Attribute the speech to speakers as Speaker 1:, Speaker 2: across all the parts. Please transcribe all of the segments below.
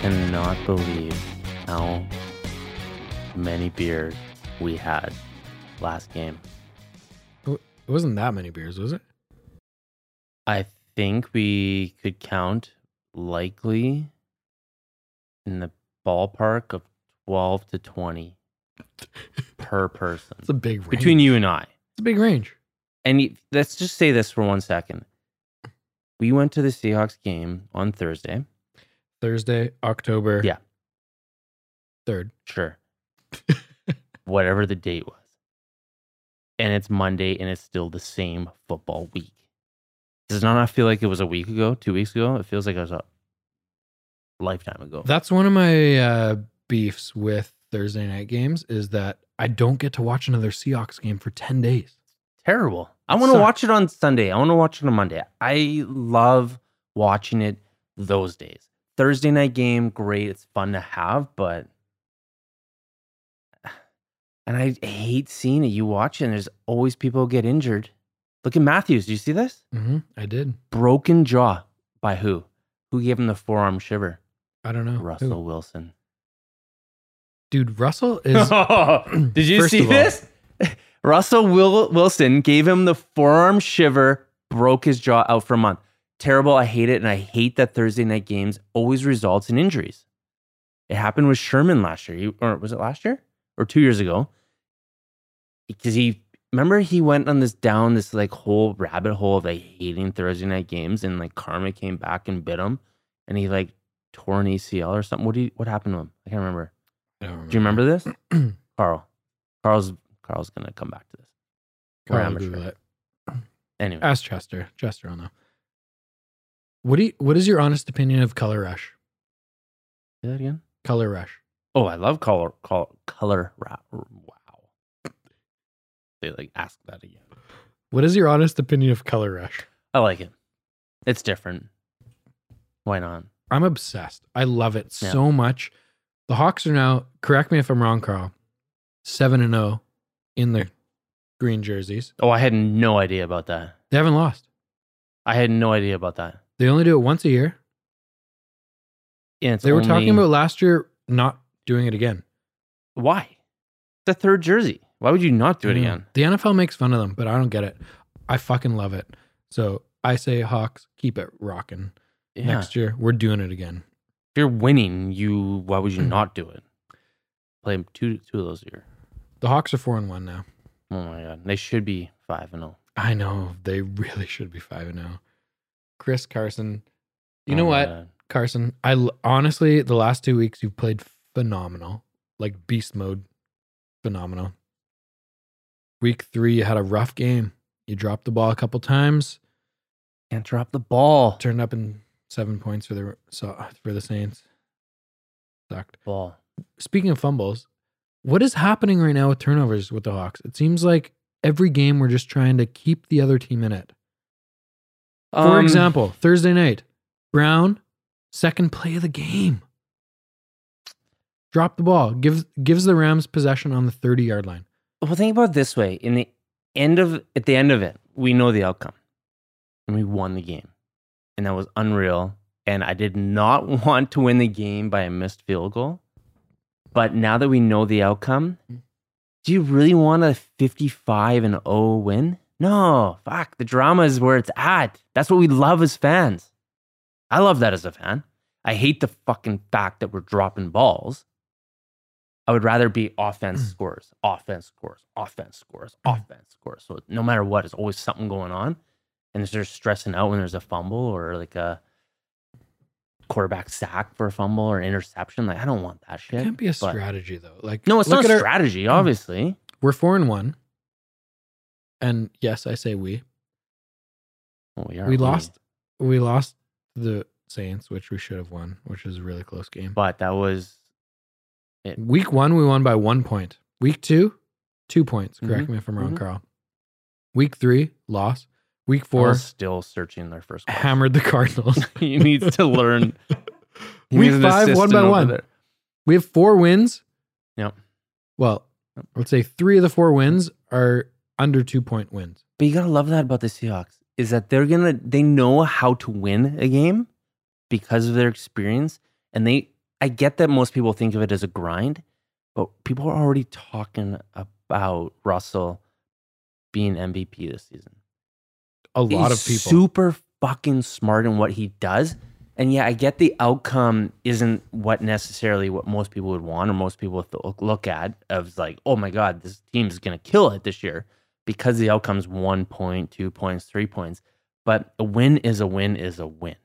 Speaker 1: cannot believe how many beers we had last game.
Speaker 2: It wasn't that many beers, was it?
Speaker 1: I think we could count likely in the ballpark of 12 to 20 per person
Speaker 2: It's a big range.
Speaker 1: between you and I.
Speaker 2: it's a big range.
Speaker 1: And you- let's just say this for one second. We went to the Seahawks game on Thursday.
Speaker 2: Thursday, October.
Speaker 1: Yeah.
Speaker 2: Third.
Speaker 1: Sure. Whatever the date was. And it's Monday and it's still the same football week. Does not not feel like it was a week ago, two weeks ago. It feels like it was a lifetime ago.
Speaker 2: That's one of my uh, beefs with Thursday night games is that I don't get to watch another Seahawks game for ten days.
Speaker 1: terrible. I want to
Speaker 2: Suck.
Speaker 1: watch it on Sunday. I want to watch it on Monday. I love watching it those days. Thursday night game, great. It's fun to have, but and I hate seeing it. You watch it, and there's always people who get injured. Look at Matthews. Do you see this?
Speaker 2: Mm-hmm. I did.
Speaker 1: Broken jaw by who? Who gave him the forearm shiver?
Speaker 2: I don't know.
Speaker 1: Russell
Speaker 2: Who?
Speaker 1: Wilson.
Speaker 2: dude. Russell is
Speaker 1: Did you
Speaker 2: First
Speaker 1: see
Speaker 2: of all-
Speaker 1: this? Russell Will- Wilson gave him the forearm shiver, broke his jaw out for a month. Terrible. I hate it. And I hate that Thursday night games always results in injuries. It happened with Sherman last year. He- or was it last year? Or two years ago? Because he, remember, he went on this down, this like whole rabbit hole of like hating Thursday night games and like karma came back and bit him and he like tore an ACL or something. What, do you, what happened to him? I can't remember.
Speaker 2: I don't
Speaker 1: Do you remember this? Carl. Carl's Carl's gonna come back to this. We're
Speaker 2: I'll
Speaker 1: amateur.
Speaker 2: Google it.
Speaker 1: Anyway.
Speaker 2: Ask Chester. Chester will know. What do you, What is your honest opinion of Color Rush?
Speaker 1: Say that again.
Speaker 2: Color Rush.
Speaker 1: Oh, I love color color color rap. Wow. They like ask that again.
Speaker 2: What is your honest opinion of Color Rush?
Speaker 1: I like it. It's different. Why not?
Speaker 2: I'm obsessed. I love it
Speaker 1: Yeah.
Speaker 2: so much. The Hawks are now, correct me if I'm wrong, Carl, 7 and 0 in the green jerseys.
Speaker 1: Oh, I had no idea about that.
Speaker 2: They haven't lost.
Speaker 1: I had no idea about that.
Speaker 2: They only do it once a year.
Speaker 1: And it's
Speaker 2: They were talking
Speaker 1: only-
Speaker 2: about last year not doing it again.
Speaker 1: why? The third jersey. Why would you not do it
Speaker 2: I know.
Speaker 1: again?
Speaker 2: Mm. The NFL makes fun of them, but I don't get it. I fucking love it. So I say, Hawks, keep it rocking.
Speaker 1: Yeah.
Speaker 2: Next year, we're doing it again.
Speaker 1: If you're winning, you why would you not do it? Play two two of those a year.
Speaker 2: The Hawks are 4 and 1 now.
Speaker 1: Oh my god. They should be five and oh.
Speaker 2: I know. They really should be 5 and 0. Chris Carson. You
Speaker 1: Oh
Speaker 2: know
Speaker 1: my
Speaker 2: what?
Speaker 1: God.
Speaker 2: Carson, I l- honestly the last two weeks you've played phenomenal, like beast mode, phenomenal. Week three, you had a rough game. You dropped the ball a couple times,
Speaker 1: Can't drop the ball.
Speaker 2: turned up in seven points for the so- for the Saints. Sucked.
Speaker 1: Ball.
Speaker 2: Speaking of fumbles, what is happening right now with turnovers with the Hawks? It seems like every game we're just trying to keep the other team in it. For
Speaker 1: Um,
Speaker 2: example, Thursday night, Brown, second play of the game. Drop the ball. Gives gives the Rams possession on the 30 yard line.
Speaker 1: well, think about it this way: in the end of at the end of it, we know the outcome, and we won the game, and that was unreal. And I did not want to win the game by a missed field goal, but now that we know the outcome, do you really want a fifty-five and zero win? No, fuck. The drama is where it's at. That's what we love as fans. I love that as a fan. I hate the fucking fact that we're dropping balls. I would rather be offense scores, offense scores, offense scores, offense scores. So no matter what, there's always something going on. And if they're stressing out when there's a fumble or like a quarterback sack for a fumble or an interception, like I don't want that shit.
Speaker 2: It can't be a
Speaker 1: but-
Speaker 2: strategy though. Like
Speaker 1: No, it's
Speaker 2: look
Speaker 1: not
Speaker 2: at our-
Speaker 1: strategy, obviously.
Speaker 2: we're four and one. And yes, I say we.
Speaker 1: Well, are,
Speaker 2: We lost we lost the Saints, which we should have won, which is a really close game.
Speaker 1: But that was
Speaker 2: Week one, we won by one point. Week two, two points. Correct me if I'm wrong,
Speaker 1: mhm.
Speaker 2: Carl. Week three, loss. Week
Speaker 1: four
Speaker 2: four,
Speaker 1: still searching their first coach.
Speaker 2: hammered the Cardinals.
Speaker 1: he needs to learn. He
Speaker 2: Week
Speaker 1: needs an
Speaker 2: five, one
Speaker 1: assistant
Speaker 2: by
Speaker 1: over
Speaker 2: one.
Speaker 1: there.
Speaker 2: We have four wins.
Speaker 1: Yep.
Speaker 2: Well,
Speaker 1: Yep.
Speaker 2: let's say three of the four wins are under two point wins.
Speaker 1: But you gotta love that about the Seahawks is that they're gonna they know how to win a game because of their experience, and they I get that most people think of it as a grind, but people are already talking about Russell being MVP this season.
Speaker 2: A lot of
Speaker 1: He's
Speaker 2: people.
Speaker 1: super fucking smart in what he does. And yeah, I get the outcome isn't what necessarily what most people would want or most people would th- look at of like, oh my God, this team is going to kill it this year because the outcome's one point, two points, three points. But a win is a win is a win.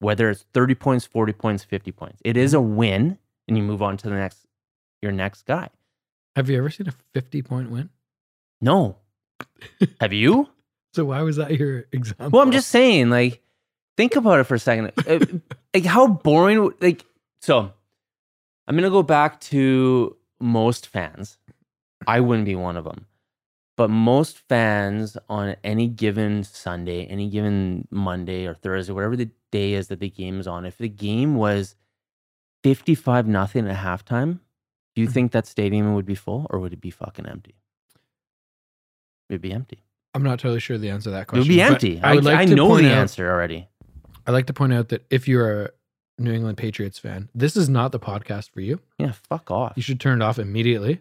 Speaker 1: Whether it's 30 points, 40 points, 50 points, it is a
Speaker 2: Mm-hmm.
Speaker 1: win and you move on to the next, your next guy.
Speaker 2: Have you ever seen a 50 point win?
Speaker 1: No. Have you?
Speaker 2: So why was that your example?
Speaker 1: Well, I'm just saying, like, think about it for a second. Uh, like, how boring, would- like, so I'm going to go back to most fans. I wouldn't be one of them. But most fans on any given Sunday, any given Monday or Thursday, whatever the day is that the game is on, if the game was 55 nothing at halftime, do you think that stadium would be full or would it be fucking empty? It'd be empty.
Speaker 2: I'm not totally sure the answer to that
Speaker 1: It
Speaker 2: question.
Speaker 1: would be
Speaker 2: but
Speaker 1: empty. I, I, know
Speaker 2: point
Speaker 1: the
Speaker 2: out-
Speaker 1: answer already.
Speaker 2: I'd like to point out that if you're a New England Patriots fan, this is not the podcast for you.
Speaker 1: Yeah, fuck off.
Speaker 2: You should turn it off immediately.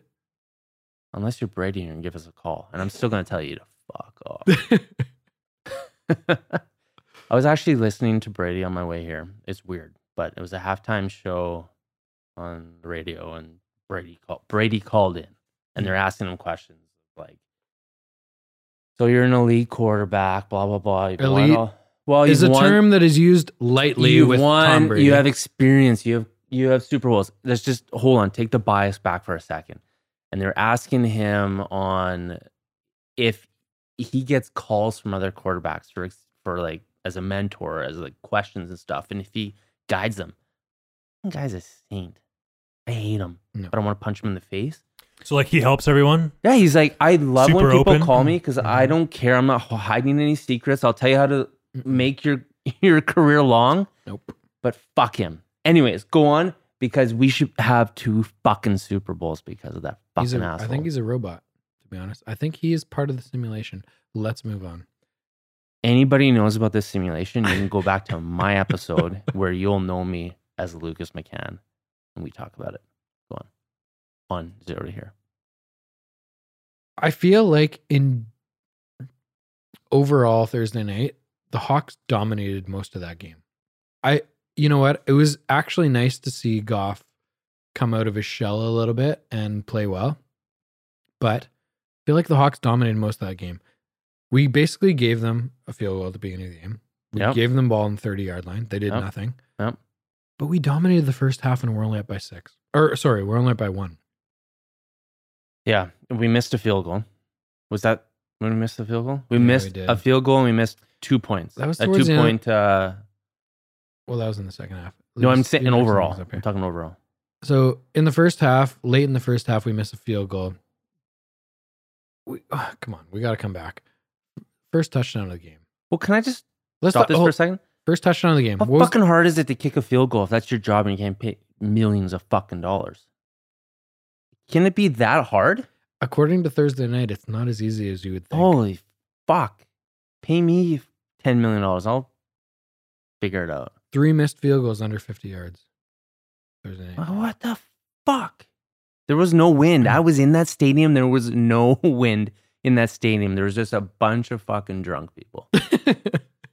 Speaker 1: Unless you're Brady and give us a call. And I'm still going to tell you to fuck off. I was actually listening to Brady on my way here. It's weird, but it was a halftime show on the radio and Brady called Brady called in and they're asking him questions like so you're an elite quarterback, blah blah blah. You've won
Speaker 2: Elite
Speaker 1: all- well,
Speaker 2: is
Speaker 1: you've
Speaker 2: a
Speaker 1: won-
Speaker 2: term that is used lightly
Speaker 1: you've
Speaker 2: with
Speaker 1: won,
Speaker 2: Tom Brady.
Speaker 1: You have experience. You have you have Super Bowls. Let's just hold on. Take the bias back for a second. And they're asking him on if he gets calls from other quarterbacks for ex- for like as a mentor, as like questions and stuff, and if he guides them. That guy's a saint. I hate him,
Speaker 2: No.
Speaker 1: but I want to punch him in the face.
Speaker 3: So like he helps everyone.
Speaker 1: Yeah, he's like, I love when
Speaker 3: Super
Speaker 1: people
Speaker 3: open. Mm-hmm.
Speaker 1: call me because I don't care. I'm not hiding any secrets. I'll tell you how to
Speaker 3: Mm-hmm.
Speaker 1: make your your career long
Speaker 2: nope.
Speaker 1: but fuck him. Anyways, go on because we should have two fucking Super Bowls because of that fucking
Speaker 2: He's a,
Speaker 1: asshole.
Speaker 2: I think he's a robot, to be honest. I think he is part of the simulation. Let's move on.
Speaker 1: Anybody who knows about this simulation, you can go back to my episode where you'll know me as Lucas McCann and we talk about it. Go on. On zero to here.
Speaker 2: I feel like in overall Thursday night, the Hawks dominated most of that game. I you know what? It was actually nice to see Goff come out of his shell a little bit and play well. But I feel like the Hawks dominated most of that game. We basically gave them a field goal at the beginning of the game. We
Speaker 1: Yep.
Speaker 2: gave them the ball in the 30 yard line. They did
Speaker 1: Yep.
Speaker 2: nothing.
Speaker 1: Yep.
Speaker 2: But we dominated the first half and we're only up by six. Or sorry, we're only up by one.
Speaker 1: Yeah, we missed a field goal. Was that when we missed the field goal? We
Speaker 2: Yeah, we
Speaker 1: missed
Speaker 2: did.
Speaker 1: a field goal and we missed two points.
Speaker 2: That was
Speaker 1: a
Speaker 2: towards
Speaker 1: two
Speaker 2: the end.
Speaker 1: point. Uh,
Speaker 2: Well, that was in the second half.
Speaker 1: no, I'm
Speaker 2: Lucas-
Speaker 1: saying
Speaker 2: Lucas
Speaker 1: overall.
Speaker 2: was up here.
Speaker 1: I'm talking overall.
Speaker 2: So in the first half, late in the first half, we miss a field goal. We, ah, come on, we got to come back. First touchdown of the game.
Speaker 1: Well, can I just
Speaker 2: Let's oh,
Speaker 1: stop
Speaker 2: stop
Speaker 1: this for a second?
Speaker 2: first touchdown of the game.
Speaker 1: How
Speaker 2: What was-
Speaker 1: fucking hard is it to kick a field goal if that's your job and you can't pay millions of fucking dollars? Can it be that hard?
Speaker 2: according to Thursday night, it's not as easy as you would think.
Speaker 1: Holy fuck. Pay me $10 million. I'll figure it out.
Speaker 2: Three missed field goals under 50 yards. Thursday night.
Speaker 1: Like, What the fuck? There was no wind. I was in that stadium. There was no wind in that stadium. There was just a bunch of fucking drunk people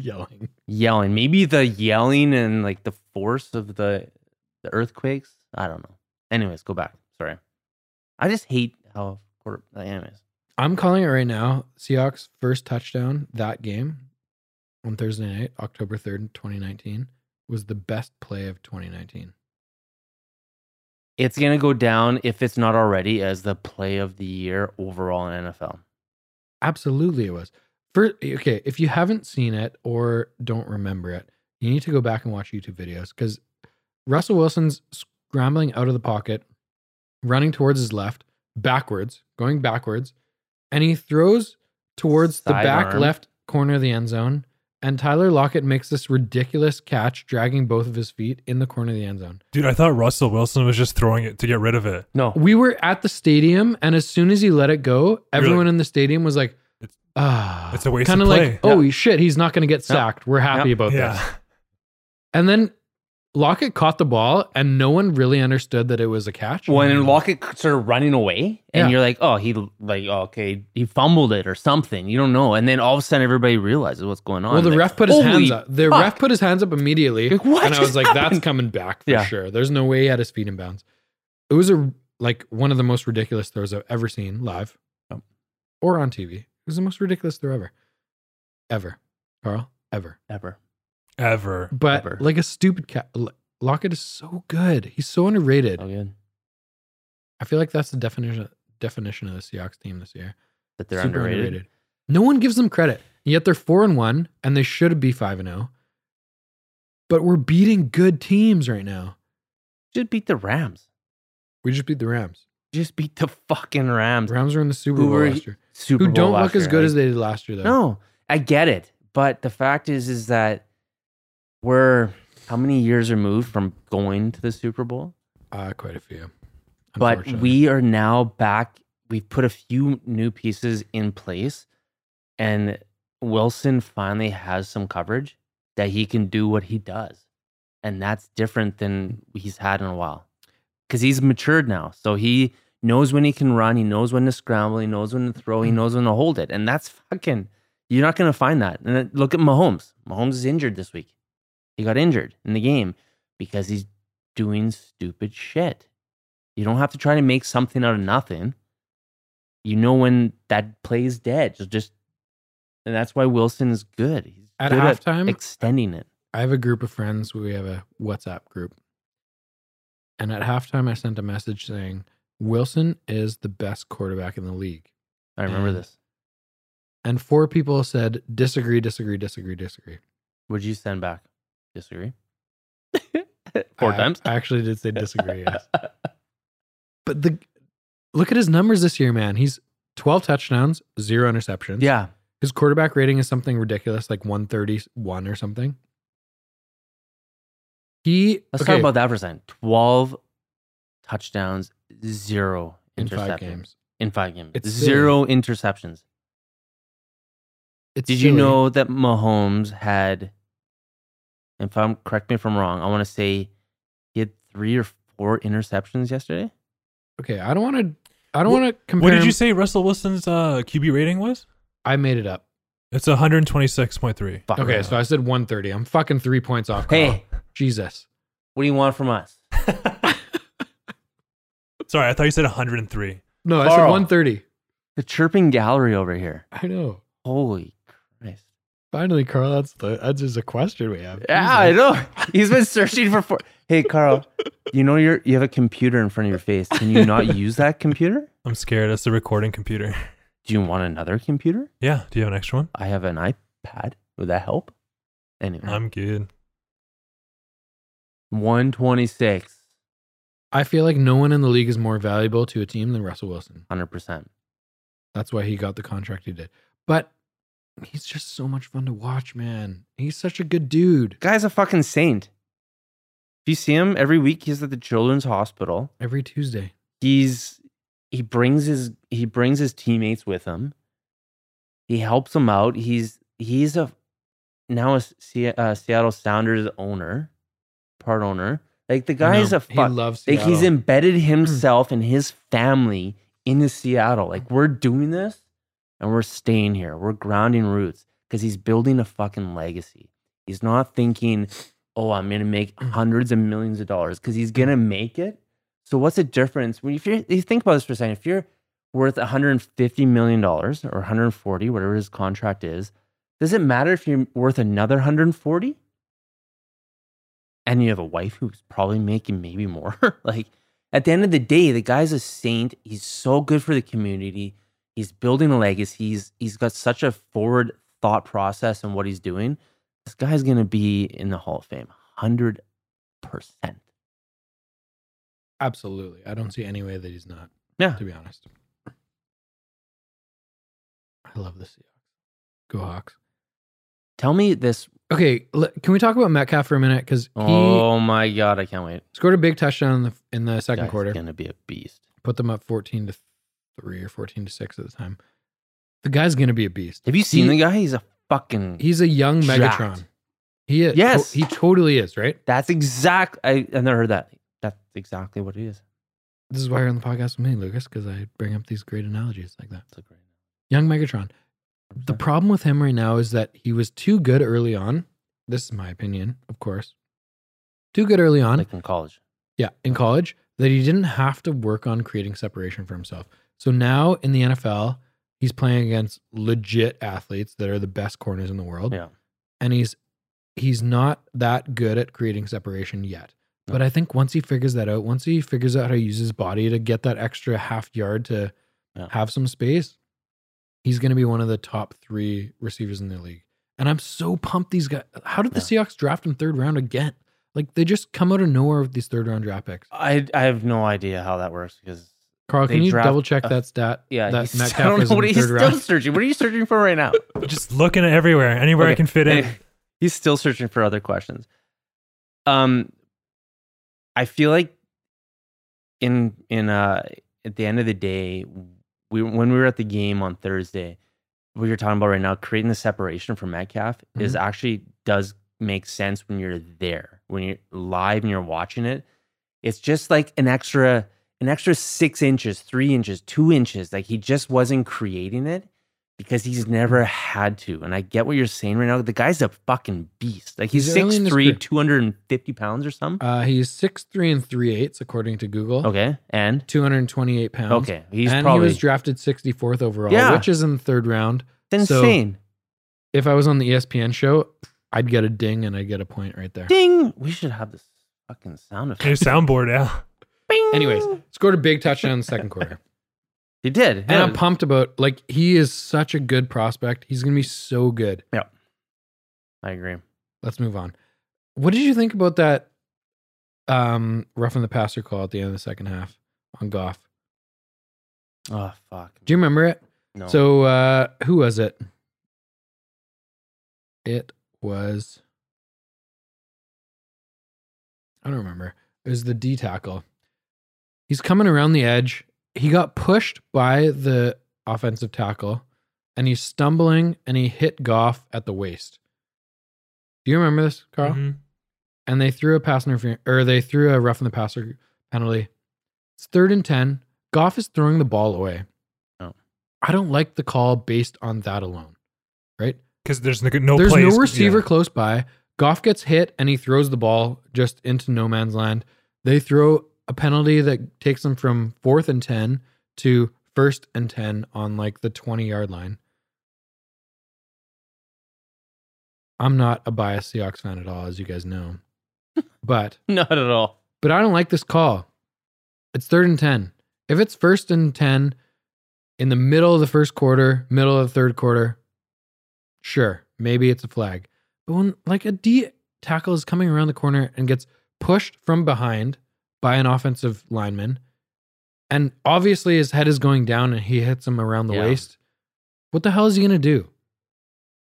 Speaker 2: Yelling.
Speaker 1: yelling. Maybe the yelling and like the force of the, the earthquakes. I don't know. Anyways, go back. Sorry. I just hate how quarter. Anyways,
Speaker 2: I'm calling it right now. Seahawks first touchdown that game on Thursday night, October 3rd, 2019, was the best play of 2019.
Speaker 1: it's gonna go down if it's not already as the play of the year overall in NFL.
Speaker 2: Absolutely, it was. First, okay, if you haven't seen it or don't remember it, you need to go back and watch YouTube videos because Russell Wilson's scrambling out of the pocket, running towards his left, backwards, going backwards, and he throws towards the back
Speaker 1: Sidearm.
Speaker 2: left corner of the end zone. And Tyler Lockett makes this ridiculous catch, dragging both of his feet in the corner of the end zone.
Speaker 3: Dude, I thought Russell Wilson was just throwing it to get rid of it.
Speaker 1: No,
Speaker 2: We were at the stadium, and as soon as he let it go, everyone in the stadium was like,
Speaker 3: It's-
Speaker 2: "Ah,
Speaker 3: it's a waste of
Speaker 2: Kind of
Speaker 3: play.
Speaker 2: like, oh shit, he's not going to get sacked. We're happy about
Speaker 3: yeah.
Speaker 2: this." And then Lockett caught the ball and no one really understood that it was a catch.
Speaker 3: Mm.
Speaker 1: When Lockett started running away, and
Speaker 2: Yeah.
Speaker 1: you're like, oh, he like okay, he fumbled it or something. You don't know. And then all of a sudden, everybody realizes what's going on.
Speaker 2: well, the
Speaker 1: Like,
Speaker 2: ref put his
Speaker 1: holy
Speaker 2: hands up. The
Speaker 1: fuck.
Speaker 2: ref put his hands up immediately,
Speaker 1: Like, what
Speaker 2: and I
Speaker 1: just
Speaker 2: was like, "That's
Speaker 1: happened?"
Speaker 2: coming back for
Speaker 1: Yeah.
Speaker 2: sure." There's no way he had his feet in bounds. It was a like one of the most ridiculous throws I've ever seen live,
Speaker 1: Yep.
Speaker 2: or on TV. It was the most ridiculous throw ever, ever, Carl, ever.
Speaker 1: ever.
Speaker 3: Ever.
Speaker 2: But
Speaker 1: Ever.
Speaker 2: like a stupid cat. Lockett is so good. He's so underrated.
Speaker 1: So good
Speaker 2: I feel like that's the definition definition of the Seahawks team this year.
Speaker 1: that they're underrated.
Speaker 2: No one gives them credit. And Yet they're four and one, and they should be five and zero. But we're beating good teams right now.
Speaker 1: Just beat the Rams.
Speaker 2: We just beat the Rams.
Speaker 1: Just beat the fucking Rams.
Speaker 2: Rams were in the Super
Speaker 1: Who
Speaker 2: Bowl
Speaker 1: were-
Speaker 2: last year.
Speaker 1: Super
Speaker 2: who
Speaker 1: Bowl
Speaker 2: don't
Speaker 1: last
Speaker 2: look as
Speaker 1: year,
Speaker 2: good
Speaker 1: like-
Speaker 2: as they did last year, though.
Speaker 1: No, I get it. But the fact is, is that we're how many years removed from going to the Super Bowl?
Speaker 2: uh, quite a few.
Speaker 1: But
Speaker 2: unfortunately.
Speaker 1: we are now back. We've put a few new pieces in place, and Wilson finally has some coverage that he can do what he does. And that's different than he's had in a while because he's matured now. So he knows when he can run, he knows when to scramble, he knows when to throw, he knows when to hold it. And that's fucking, you're not going to find that. And then look at Mahomes. Mahomes is injured this week. He got injured in the game because he's doing stupid shit. You don't have to try to make something out of nothing. You know when that play is dead. Just, just and that's why Wilson is good. He's
Speaker 2: At
Speaker 1: good
Speaker 2: halftime-
Speaker 1: extending it.
Speaker 2: I have a group of friends. We have a WhatsApp group. And at halftime, I sent a message saying, Wilson is the best quarterback in the league.
Speaker 1: I remember
Speaker 2: And-
Speaker 1: this.
Speaker 2: And four people said, disagree, disagree, disagree, disagree.
Speaker 1: Would you send back? Disagree. Four
Speaker 2: I-
Speaker 1: times.
Speaker 2: I actually did say disagree. yes. But the look at his numbers this year, man. He's 12 touchdowns, zero interceptions.
Speaker 1: Yeah.
Speaker 2: His quarterback rating is something ridiculous, like 131 or something. He
Speaker 1: Let's
Speaker 2: okay,
Speaker 1: talk about that for a second. Twelve touchdowns, zero
Speaker 2: in
Speaker 1: interceptions.
Speaker 2: five games.
Speaker 1: In five games.
Speaker 2: It's silly.
Speaker 1: zero interceptions.
Speaker 2: It's
Speaker 1: Did you
Speaker 2: silly.
Speaker 1: know that Mahomes had if I'm correct me if I'm wrong, I want to say he had three or four interceptions yesterday?
Speaker 2: Okay, I don't want to. I don't
Speaker 3: What-
Speaker 2: want to compare.
Speaker 3: What did
Speaker 2: him-
Speaker 3: you say Russell Wilson's uh, QB rating was?
Speaker 2: I made it up.
Speaker 3: It's 126.3.
Speaker 1: Fuck.
Speaker 2: Okay, so I said 130. I'm fucking three points off. Carl.
Speaker 1: Hey,
Speaker 2: Jesus.
Speaker 1: what do you want from us?
Speaker 3: Sorry, I thought you said 103.
Speaker 2: No, I said
Speaker 1: Carl.
Speaker 2: 130.
Speaker 1: The chirping gallery over here.
Speaker 2: I know.
Speaker 1: Holy Christ.
Speaker 2: Finally, Carl, that's the, that's just a question we have.
Speaker 1: Yeah, I know. He's been searching for. Four. Hey, Carl, you know you you have a computer in front of your face. Can you not use that computer?
Speaker 3: I'm scared. That's the recording computer.
Speaker 1: Do you want another computer?
Speaker 3: Yeah. Do you have an extra one?
Speaker 1: I have an iPad. Would that help? Anyway,
Speaker 3: I'm good.
Speaker 1: one twenty six,
Speaker 2: I feel like no one in the league is more valuable to a team than Russell Wilson.
Speaker 1: hundred percent.
Speaker 2: That's why he got the contract he did. But he's just so much fun to watch, man. He's such a good dude.
Speaker 1: Guy's a fucking saint. If you see him every week, he's at the children's hospital.
Speaker 2: Every Tuesday.
Speaker 1: he's he brings his he brings his teammates with him. He helps them out. He's he's a now a Se- uh, Seattle Sounders owner, part owner. Like the guy is
Speaker 2: No,
Speaker 1: a
Speaker 2: he
Speaker 1: fuck.
Speaker 2: loves
Speaker 1: Like he's
Speaker 2: Seattle.
Speaker 1: embedded himself and his family into Seattle. Like we're doing this and we're staying here. We're grounding roots because he's building a fucking legacy. He's not thinking, oh, I'm gonna make hundreds of millions of dollars because he's gonna make it. So what's the difference when if you you think about this for a second? If you're worth 150 million dollars or 140, whatever his contract is, does it matter if you're worth another 140? And you have a wife who's probably making maybe more. like at the end of the day, the guy's a saint. He's so good for the community. He's building a legacy. He's he's got such a forward thought process in what he's doing. This guy's gonna be in the Hall of Fame, hundred percent.
Speaker 2: Absolutely. I don't see any way that he's not,
Speaker 1: Yeah.
Speaker 2: to be honest. I love the Seahawks. Go Hawks.
Speaker 1: Tell me this.
Speaker 2: Okay, le- can we talk about Metcalf for a minute? Because he
Speaker 1: oh my god, I can't wait.
Speaker 2: scored a big touchdown in the in the second
Speaker 1: Guy's
Speaker 2: quarter.
Speaker 1: gonna be a beast.
Speaker 2: Put them up fourteen to three or fourteen to six at the time. The guy's gonna be a beast.
Speaker 1: Have you seen
Speaker 2: He-
Speaker 1: the guy? He's a fucking
Speaker 2: He's a young
Speaker 1: Jacked.
Speaker 2: Megatron. He is.
Speaker 1: Yes.
Speaker 2: he totally is. Right.
Speaker 1: That's exact. I, I never heard that. That's exactly what it is.
Speaker 2: This is why you're on the podcast with me, Lucas, because I bring up these great analogies like that.
Speaker 1: That's a great.
Speaker 2: Young Megatron. The problem with him right now is that he was too good early on. This is my opinion, of course. Too good early on.
Speaker 1: like in college.
Speaker 2: Yeah, in college, that he didn't have to work on creating separation for himself. So now in the NFL, he's playing against legit athletes that are the best corners in the world.
Speaker 1: Yeah.
Speaker 2: And he's he's not that good at creating separation yet.
Speaker 1: No.
Speaker 2: But I think once he figures that out, once he figures out how to use his body to get that extra half yard to
Speaker 1: Yeah.
Speaker 2: have some space, he's going to be one of the top 3 receivers in the league. And I'm so pumped these guys. How did the Seahawks draft him third round again? Like they just come out of nowhere with these third round draft picks.
Speaker 1: I I have no idea how that works because
Speaker 2: Carl,
Speaker 1: They
Speaker 2: can you
Speaker 1: draft-
Speaker 2: double check
Speaker 1: uh,
Speaker 2: that stat?
Speaker 1: yeah,
Speaker 2: that
Speaker 1: he's- I don't know what he's still searching. What are you searching for right now?
Speaker 3: Just looking at everywhere, anywhere I
Speaker 1: Okay.
Speaker 3: can fit in.
Speaker 1: he's still searching for other questions. Um, I feel like in in uh at the end of the day, we when we were at the game on Thursday, what you're talking about right now, creating the separation from Metcalf is
Speaker 2: Mm-hmm.
Speaker 1: actually does make sense when you're there, when you're live and you're watching it. It's just like an extra an extra six inches, three inches, two inches. Like he just wasn't creating it because he's never had to. And I get what you're saying right now. The guy's a fucking beast. Like he's,
Speaker 2: He's early in
Speaker 1: 6'3,
Speaker 2: his career.
Speaker 1: 250 pounds or something.
Speaker 2: Uh, he's six three and three eighths according to Google.
Speaker 1: okay. And
Speaker 2: two hundred Uh-huh. and twenty eight pounds.
Speaker 1: okay. He's
Speaker 2: and
Speaker 1: probably
Speaker 2: he was drafted sixty fourth overall,
Speaker 1: Yeah.
Speaker 2: which is in the third round.
Speaker 1: it's
Speaker 2: so-
Speaker 1: insane.
Speaker 2: If I was on the E ESPN show, I'd get a ding and I'd get a point right there.
Speaker 1: Ding. We should have this fucking sound
Speaker 3: New
Speaker 1: effect.
Speaker 3: soundboard, yeah.
Speaker 1: Bing.
Speaker 2: Anyways, scored a big touchdown in the second quarter,
Speaker 1: he did.
Speaker 2: and I'm
Speaker 1: Yeah.
Speaker 2: pumped about. Like he is such a good prospect. He's gonna be so good.
Speaker 1: I agree.
Speaker 2: Let's move on. What did you think about that? Um, roughing the passer call at the end of the second half on Goff.
Speaker 1: Oh, fuck.
Speaker 2: Do you remember it?
Speaker 1: No.
Speaker 2: So uh who was it? It was I don't remember. It was the D tackle. He's coming around the edge. He got pushed by the offensive tackle and he's stumbling and he hit Goff at the waist. Do you remember this, Carl?
Speaker 3: Mhm.
Speaker 2: and they threw a pass interference or they threw a rough in the passer penalty. It's third and ten. Goff is throwing the ball away.
Speaker 1: Oh.
Speaker 2: I don't like the call based on that alone. Right?
Speaker 3: 'Cause there's no, no
Speaker 2: There's
Speaker 3: plays-
Speaker 2: no receiver
Speaker 3: yeah.
Speaker 2: close by. Goff gets hit and he throws the ball just into no man's land. They throw a penalty that takes them from fourth and ten to first and ten on like the twenty yard line. I'm not a biased Seahawks fan at all, as you guys know. But
Speaker 1: Not at all.
Speaker 2: but I don't like this call. It's third and 10. If it's first and 10 in the middle of the first quarter, middle of the third quarter, sure, maybe it's a flag. But when like a D tackle is coming around the corner and gets pushed from behind by an offensive lineman, and obviously his head is going down and he hits him around the
Speaker 1: Yeah.
Speaker 2: waist, what the hell is he going to do?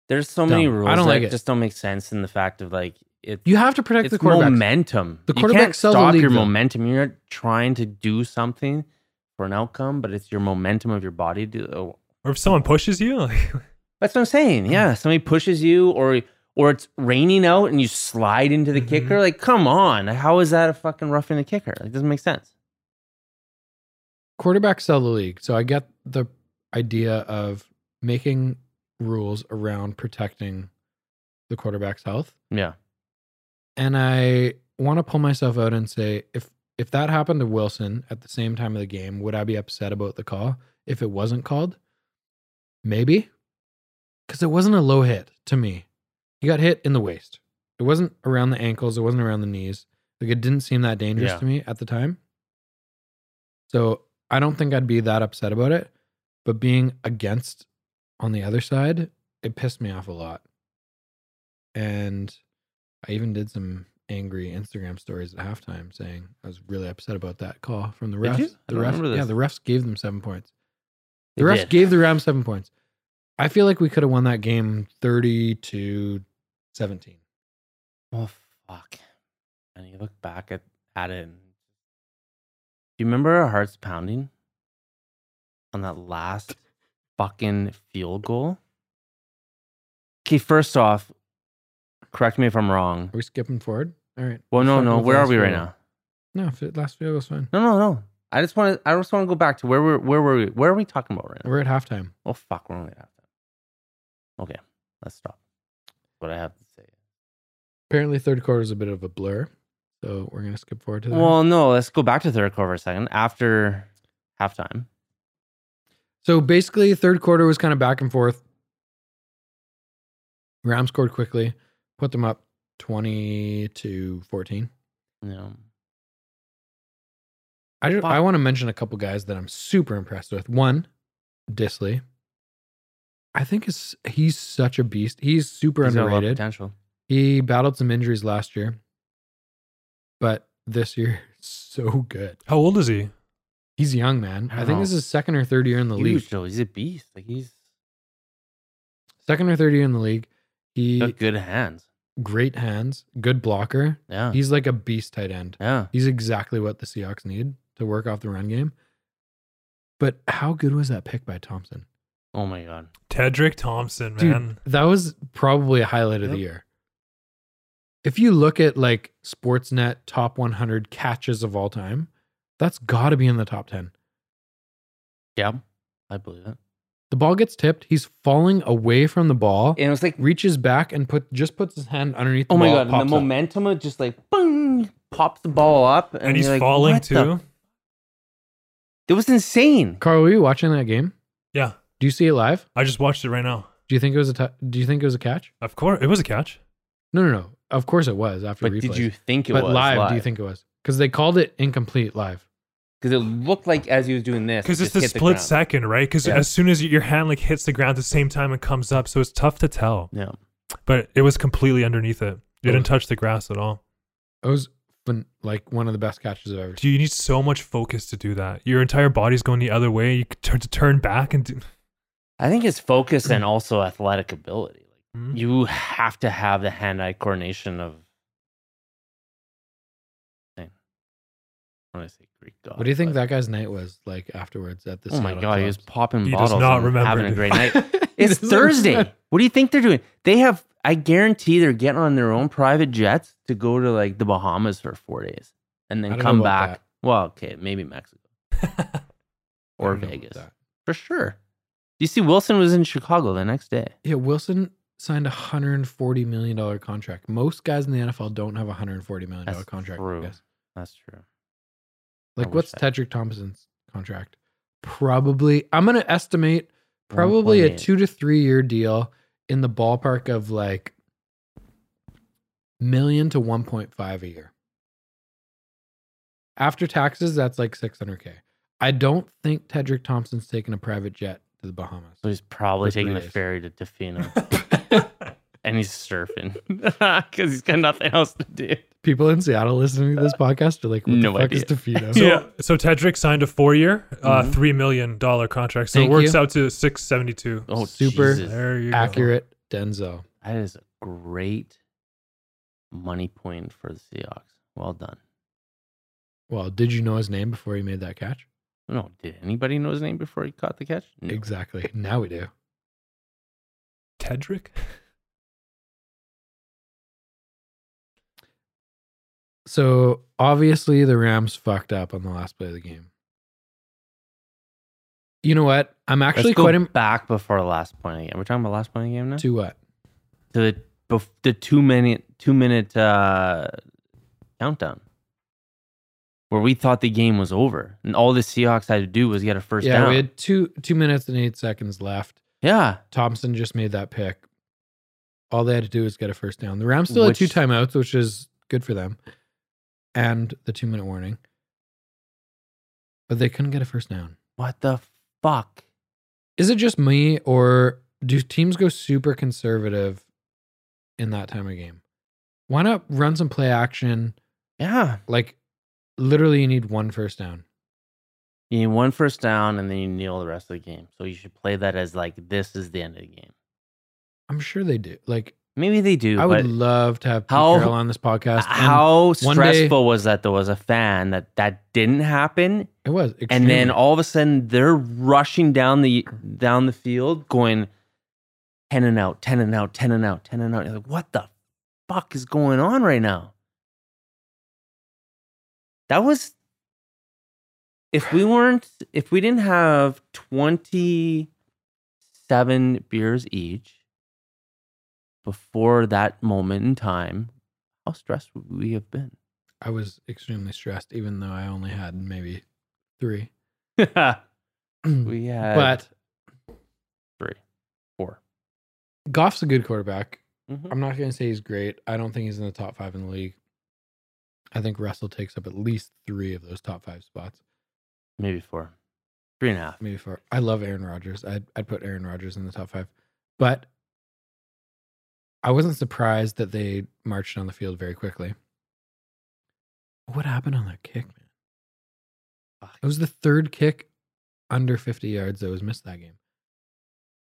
Speaker 1: There's so many
Speaker 2: Dumb. I
Speaker 1: rules
Speaker 2: don't
Speaker 1: that
Speaker 2: like it.
Speaker 1: just don't make sense in the fact of like it,
Speaker 2: You have to protect
Speaker 1: it's
Speaker 2: the quarterback.
Speaker 1: momentum.
Speaker 2: The
Speaker 1: you
Speaker 2: quarterback
Speaker 1: can't
Speaker 2: sells the
Speaker 1: stop
Speaker 2: league,
Speaker 1: your
Speaker 2: though.
Speaker 1: momentum. You're not trying to do something for an outcome, but it's your momentum of your body. To, oh,
Speaker 3: Or if someone pushes you, like,
Speaker 1: that's what I'm
Speaker 2: Mm-hmm.
Speaker 1: saying. Yeah, somebody pushes you, or or it's raining out and you slide into the
Speaker 2: Mm-hmm.
Speaker 3: Mhm.
Speaker 1: kicker. Like, come on, how is that a fucking roughing the kicker? Like, it doesn't make sense.
Speaker 2: quarterbacks sell the league. So I get the idea of making rules around protecting the quarterback's health.
Speaker 1: Yeah,
Speaker 2: And I want to pull myself out and say if if that happened to Wilson at the same time of the game, would I be upset about the call if it wasn't called? Maybe. Cuz it wasn't a low hit to me. He got hit in the waist. It wasn't around the ankles, it wasn't around the knees. Like it didn't seem that dangerous
Speaker 1: Yeah.
Speaker 2: to me at the time. So, I don't think I'd be that upset about it, but being against on the other side, it pissed me off a lot. And I even did some angry Instagram stories at halftime saying I was really upset about that call from the
Speaker 1: Did
Speaker 2: refs.
Speaker 1: you? I
Speaker 2: The
Speaker 1: don't
Speaker 2: refs,
Speaker 1: remember
Speaker 2: yeah,
Speaker 1: this.
Speaker 2: the refs gave them seven points.
Speaker 1: They
Speaker 2: The refs
Speaker 1: did.
Speaker 2: gave the Rams seven points. I feel like we could have won that game thirty to seventeen.
Speaker 1: Well, Oh, fuck. And you look back at at it. And... Do you remember our hearts pounding on that last fucking field goal? Okay, first off, Correct me if I'm wrong.
Speaker 2: Are we skipping forward? All right.
Speaker 1: Well, no,
Speaker 2: Fuck
Speaker 1: no.
Speaker 2: with
Speaker 1: Where are
Speaker 2: last
Speaker 1: we right
Speaker 2: field.
Speaker 1: now?
Speaker 2: No, if it- last field was fine.
Speaker 1: No, no, no. I just want to. I just want to go back to where we're. Where were we? Where are we talking about right now?
Speaker 2: We're at halftime.
Speaker 1: Oh fuck, we're only at halftime. Okay, let's stop. What I have to say.
Speaker 2: Apparently, third quarter is a bit of a blur, so we're gonna skip forward to that.
Speaker 1: Well, no, let's go back to third quarter for a second. After halftime,
Speaker 2: so basically, third quarter was kind of back and forth. Rams scored quickly, put them up twenty to fourteen.
Speaker 1: you know,
Speaker 2: I just,
Speaker 1: Fuck.
Speaker 2: I want to mention a couple guys that I'm super impressed with. One, Disley. I think is he's such a beast. He's super
Speaker 1: he's got a lot of
Speaker 2: underrated.
Speaker 1: potential.
Speaker 2: He battled some injuries last year, but this year so good.
Speaker 3: How old is he?
Speaker 2: He's young, man.
Speaker 1: I
Speaker 2: I,
Speaker 1: don't
Speaker 2: think
Speaker 1: know.
Speaker 2: this is his second or third year in the
Speaker 1: Huge
Speaker 2: league.
Speaker 1: though. He's a beast. Like he's
Speaker 2: Second or third year in the league. He
Speaker 1: got good hands.
Speaker 2: great hands, good blocker.
Speaker 1: Yeah,
Speaker 2: He's like a beast tight end.
Speaker 1: yeah.
Speaker 2: He's exactly what the Seahawks need to work off the run game. But how good was that pick by Thompson?
Speaker 1: Oh my god.
Speaker 3: Tedrick Thompson,
Speaker 2: Dude,
Speaker 3: man.
Speaker 2: that was probably a highlight of the
Speaker 1: Yep.
Speaker 2: year. If you look at like Sportsnet top 100 catches of all time, that's got to be in the top 10.
Speaker 1: Yeah, I believe it.
Speaker 2: The ball gets tipped. He's falling away from the ball,
Speaker 1: And it was like,
Speaker 2: reaches back and put just puts his hand underneath. The
Speaker 1: oh my
Speaker 2: ball,
Speaker 1: god, and the
Speaker 2: pops up.
Speaker 1: momentum of just like, boom, pops the ball up, and,
Speaker 3: and he's
Speaker 1: you're like,
Speaker 3: falling
Speaker 1: what the-
Speaker 3: too.
Speaker 1: it was insane.
Speaker 2: Carl, were you watching that game?
Speaker 3: Yeah.
Speaker 2: Do you see it live?
Speaker 3: I just watched it right now.
Speaker 2: Do you think it was a? T- do you think it was a catch?
Speaker 3: Of course, it was a catch.
Speaker 2: No, no, no. Of course it was after
Speaker 1: But
Speaker 2: replay.
Speaker 1: did you think it
Speaker 2: but
Speaker 1: was
Speaker 2: live, Do you think it was? Because they called it incomplete live.
Speaker 1: Because it looked like as he was doing this,
Speaker 3: Because
Speaker 1: it
Speaker 3: it's
Speaker 1: just
Speaker 3: the
Speaker 1: hit
Speaker 3: split
Speaker 1: ground.
Speaker 3: second, right? Because
Speaker 1: Yeah.
Speaker 3: as soon as your hand like hits the ground at the same time, it comes up. So it's tough to tell.
Speaker 1: Yeah.
Speaker 3: But it was completely underneath it. It didn't touch the grass at all.
Speaker 2: It was fun, like one of the best catches I've ever seen.
Speaker 3: Do you need so much focus to do that? Your entire body's going the other way. You could turn to turn back and do.
Speaker 1: I think it's focus and also athletic ability. Like
Speaker 2: Mm-hmm.
Speaker 3: Mhm.
Speaker 1: you have to have the hand-eye coordination of. Dang. When I say Greek god,
Speaker 2: What do you think
Speaker 1: but-
Speaker 2: that guy's night was like afterwards at this?
Speaker 1: Oh my god, he was popping
Speaker 3: He does
Speaker 1: bottles,
Speaker 3: not
Speaker 1: and
Speaker 3: remember,
Speaker 1: having a
Speaker 3: dude.
Speaker 1: great night. It's Thursday. What do you think they're doing? They have, I guarantee, they're getting on their own private jets to go to like the Bahamas for four days and
Speaker 2: I
Speaker 1: then
Speaker 2: don't
Speaker 1: come
Speaker 2: know about
Speaker 1: back. Well, okay, maybe Mexico or Vegas for sure. You see, Wilson was in Chicago the next day.
Speaker 2: Yeah, Wilson signed a hundred and forty million dollar contract. Most guys in the NFL don't have a hundred and forty million dollar
Speaker 1: That's
Speaker 2: contract.
Speaker 1: true.
Speaker 2: Yes.
Speaker 1: That's true. I
Speaker 2: Like
Speaker 1: wish
Speaker 2: what's
Speaker 1: I-
Speaker 2: Tedrick Thompson's contract? Probably I'm gonna estimate probably a
Speaker 1: 1.8.
Speaker 2: two to three year deal in the ballpark of like million to one point five a year. After taxes, that's like six hundred K. I don't think Tedrick Thompson's taking a private jet to the Bahamas.
Speaker 1: So he's probably
Speaker 2: For three
Speaker 1: taking the
Speaker 2: days.
Speaker 1: ferry to Tofino and he's surfing because he's got nothing else to do.
Speaker 2: People in Seattle listening to this podcast are like, what
Speaker 1: Uh, No
Speaker 2: the fuck is
Speaker 1: idea.
Speaker 2: DeFito?
Speaker 3: So, so Tedrick signed a four-year, uh,
Speaker 1: Mhm.
Speaker 3: three million dollar contract. So
Speaker 2: Thank
Speaker 3: it works
Speaker 2: you.
Speaker 3: out to six seventy-two.
Speaker 1: Oh,
Speaker 2: Super
Speaker 1: Jesus.
Speaker 3: there you go.
Speaker 2: Accurate Denzel.
Speaker 1: That is a great money point for the Seahawks. Well done.
Speaker 2: Well, did you know his name before he made that catch?
Speaker 1: No, did anybody know his name before he caught the catch? No.
Speaker 2: Exactly. Now we do.
Speaker 3: Tedrick.
Speaker 2: So obviously the Rams fucked up on the last play of the game. You know what? I'm actually
Speaker 1: Let's go
Speaker 2: quite Im-
Speaker 1: back before the last point again. We're talking about last point of the game now.
Speaker 2: to what?
Speaker 1: To the bef- the two minute two minute uh, countdown, where we thought the game was over, and all the Seahawks had to do was get a first
Speaker 2: yeah,
Speaker 1: down.
Speaker 2: we had two two minutes and eight seconds left.
Speaker 1: yeah,
Speaker 2: Thompson just made that pick. All they had to do was get a first down. The Rams still
Speaker 1: Which-
Speaker 2: had two timeouts, which is good for them, and the two minute warning. But they couldn't get a first down.
Speaker 1: what the fuck?
Speaker 2: Is it just me, or do teams go super conservative in that time of game? Why not run some play action?
Speaker 1: Yeah,
Speaker 2: Like, literally, you need one first down.
Speaker 1: you need one first down, and then you kneel the rest of the game. So you should play that as like this is the end of the game.
Speaker 2: I'm sure they do. Like,
Speaker 1: Maybe they do.
Speaker 2: I would
Speaker 1: but
Speaker 2: love to have Pete
Speaker 1: How-
Speaker 2: Carroll on this podcast. and
Speaker 1: how
Speaker 2: one
Speaker 1: stressful
Speaker 2: day-
Speaker 1: was that though as a fan that that didn't happen
Speaker 2: it was.
Speaker 1: and
Speaker 2: extremely-
Speaker 1: then all of a sudden they're rushing down the down the field going 10 and out 10 and out 10 and out 10 and out You're like what the fuck is going on right now? That was if we weren't if we didn't have 27 beers each before that moment in time, how stressed would we have been?
Speaker 2: I was extremely stressed, even though I only had maybe three.
Speaker 1: we had
Speaker 2: but
Speaker 1: three, four.
Speaker 2: Goff's a good quarterback.
Speaker 1: Mhm.
Speaker 2: I'm not going to say he's great. I don't think he's in the top five in the league. I think Russell takes up at least three of those top five spots.
Speaker 1: Maybe four, three and a half.
Speaker 2: Maybe four. I love Aaron Rodgers. I'd, I'd put Aaron Rodgers in the top five. But I wasn't surprised that they marched on the field very quickly. What happened on that kick, man? It was the third kick under 50 yards that was missed that game.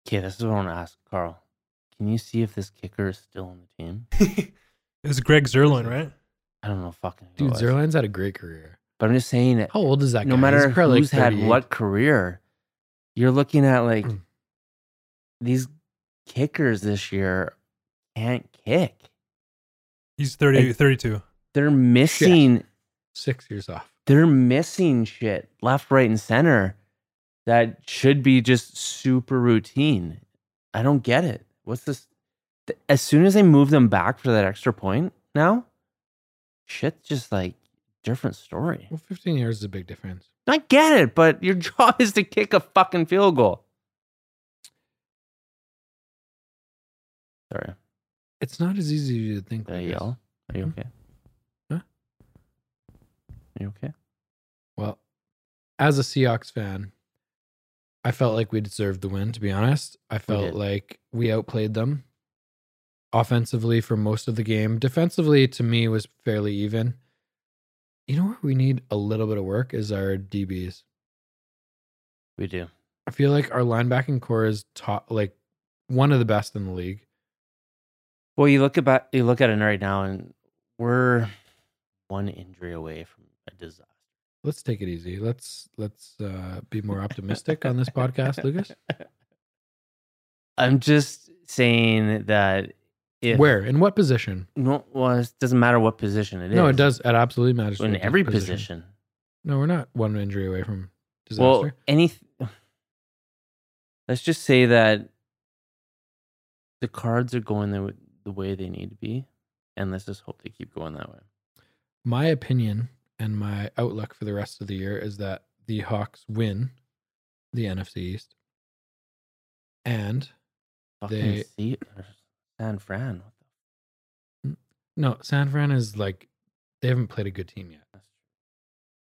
Speaker 1: Okay, this is what I want to ask Carl. Can you see if this kicker is still on the team?
Speaker 3: it was Greg Zerlin, right?
Speaker 1: I don't know fucking who it
Speaker 2: Dude,
Speaker 1: was.
Speaker 2: Zerline's had a great career.
Speaker 1: But I'm just saying that
Speaker 2: How old is that
Speaker 1: no
Speaker 2: guy? He's
Speaker 1: matter
Speaker 2: probably, like,
Speaker 1: who's had
Speaker 2: 38.
Speaker 1: what career, you're looking at like
Speaker 2: Mm.
Speaker 1: these kickers this year can't kick.
Speaker 3: He's 30,
Speaker 1: Hey.
Speaker 3: 32.
Speaker 1: They're missing
Speaker 2: six years off.
Speaker 1: they're missing shit left, right, and center that should be just super routine. I don't get it. What's this? th- As soon as they move them back for that extra point now, shit's just like different story.
Speaker 2: Well, 15 years is a big difference.
Speaker 1: I get it, but your job is to kick a fucking field goal. Sorry,
Speaker 2: It's not as easy as you think.
Speaker 1: did I
Speaker 2: Lucas.
Speaker 1: yell? Are you
Speaker 2: Mhm.
Speaker 1: okay?
Speaker 2: Huh?
Speaker 1: Are you okay?
Speaker 2: Well, as a Seahawks fan, I felt like we deserved the win, to be honest. I felt
Speaker 1: did.
Speaker 2: like we outplayed them offensively for most of the game. Defensively, to me, was fairly even. You know where we need a little bit of work is our DBs.
Speaker 1: We do.
Speaker 2: I feel like our linebacking core is top, like one of the best in the league.
Speaker 1: Well, you look about you look at it right now, and we're one injury away from a disaster.
Speaker 2: Let's take it easy. Let's let's uh, be more optimistic on this podcast, Lucas.
Speaker 1: I'm just saying that if
Speaker 2: Where in what position?
Speaker 1: no, well, it doesn't matter what position it is.
Speaker 2: No, it does. It absolutely matters.
Speaker 1: in
Speaker 2: what
Speaker 1: every position.
Speaker 2: No, we're not one injury away from disaster.
Speaker 1: Well, any. Let's just say that the cards are going the the way they need to be, and let's just hope they keep going that way.
Speaker 2: my opinion and my outlook for the rest of the year is that the Hawks win the NFC East, and
Speaker 1: Fucking
Speaker 2: They-
Speaker 1: see San Fran.
Speaker 2: no, San Fran is like they haven't played a good team yet.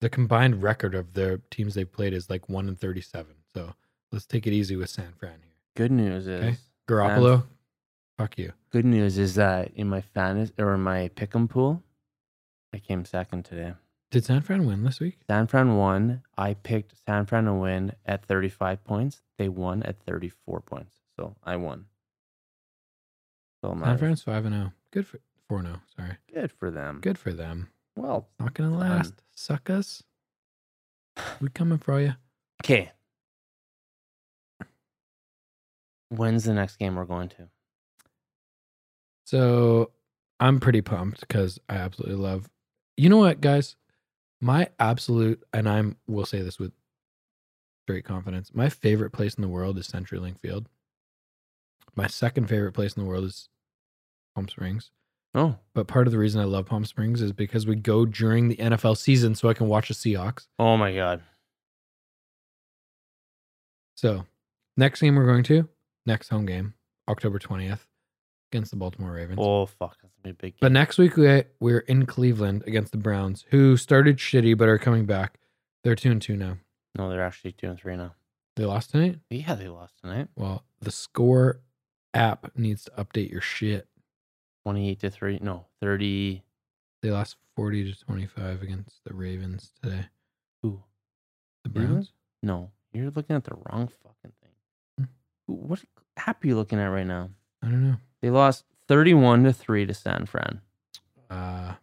Speaker 2: The combined record of their teams they've played is like one and thirty-seven. So let's take it easy with San Fran here.
Speaker 1: Good news is.
Speaker 2: Okay. Garoppolo, fuck you.
Speaker 1: Good news is that in my fantasy or in my pick'em pool, I came second today.
Speaker 2: Did San Fran win this week?
Speaker 1: San Fran won. I picked San Fran to win at 35 points. They won at 34 points. So I won. So
Speaker 2: San
Speaker 1: matters.
Speaker 2: Fran's five and zero. Good for four and zero. Sorry,
Speaker 1: good for them.
Speaker 2: good for them.
Speaker 1: Well,
Speaker 2: Not gonna last, suckers. We coming for you.
Speaker 1: okay. When's the next game we're going to?
Speaker 2: So I'm pretty pumped because I absolutely love. You know what, guys? My absolute, and I'm will say this with straight confidence. My favorite place in the world is CenturyLink Field. My second favorite place in the world is Palm Springs.
Speaker 1: Oh,
Speaker 2: But part of the reason I love Palm Springs is because we go during the NFL season, so I can watch the Seahawks.
Speaker 1: oh my God.
Speaker 2: So, next game we're going to next home game, October twentieth, against the Baltimore Ravens.
Speaker 1: Oh fuck, that's gonna be a big. Game.
Speaker 2: But next week we we're in Cleveland against the Browns, who started shitty but are coming back. They're two and two now.
Speaker 1: no, they're actually two and three now.
Speaker 2: They lost tonight.
Speaker 1: Yeah, they lost tonight,
Speaker 2: Well, the score app needs to update your shit.
Speaker 1: 28 to three. No, 30.
Speaker 2: They lost forty to twenty five against the Ravens today.
Speaker 1: Ooh.
Speaker 2: The
Speaker 1: Really?
Speaker 2: Browns.
Speaker 1: No, you're looking at the wrong fucking
Speaker 2: Hmm.
Speaker 1: thing. Wh- What app are you looking at right now?
Speaker 2: I don't know.
Speaker 1: They lost 31 to 3 to San Fran.
Speaker 2: Uh,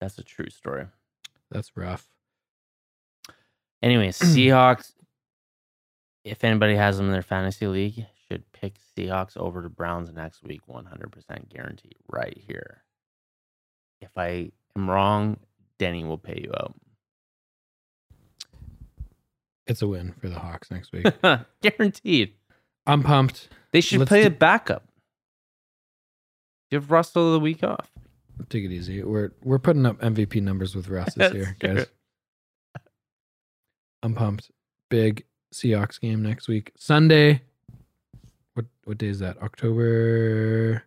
Speaker 1: That's a true story.
Speaker 2: that's rough.
Speaker 1: Anyway, Seahawks, if anybody has them in their fantasy league, should pick Seahawks over the Browns next week, 100% guarantee right here. If I am wrong, Denny will pay you
Speaker 2: It's a win for the Hawks next week.
Speaker 1: out. Guaranteed.
Speaker 2: I'm pumped.
Speaker 1: They should
Speaker 2: Let's
Speaker 1: play
Speaker 2: do-
Speaker 1: a backup. Give Russell the week off.
Speaker 2: Take it easy. We're we're putting up MVP numbers with Russ this
Speaker 1: That's
Speaker 2: year,
Speaker 1: true.
Speaker 2: guys. I'm pumped. Big Seahawks game next week. Sunday. What what day is that? October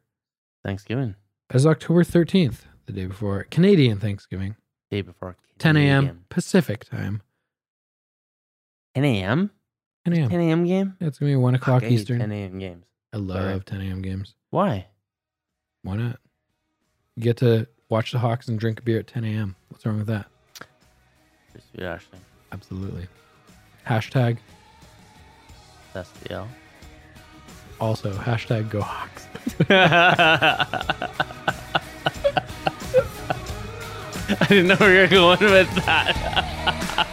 Speaker 1: Thanksgiving.
Speaker 2: That's October 13th, the day before Canadian Thanksgiving.
Speaker 1: Day before
Speaker 2: 10
Speaker 1: Canadian.
Speaker 2: a.m. Pacific time.
Speaker 1: 10 a.m.
Speaker 2: 10 a.m.
Speaker 1: 10 a.m. game.
Speaker 2: Yeah, it's gonna be one o'clock
Speaker 1: Fuck, I hate
Speaker 2: Eastern.
Speaker 1: 10 a.m. games.
Speaker 2: I love 10 a.m. games.
Speaker 1: Why?
Speaker 2: Why not? You get to watch the Hawks and drink a beer at 10 a.m. What's wrong with that?
Speaker 1: Just be Ashley.
Speaker 2: Absolutely. Hashtag
Speaker 1: That's the L.
Speaker 2: also hashtag go Hawks.
Speaker 1: I didn't know where you were going with that.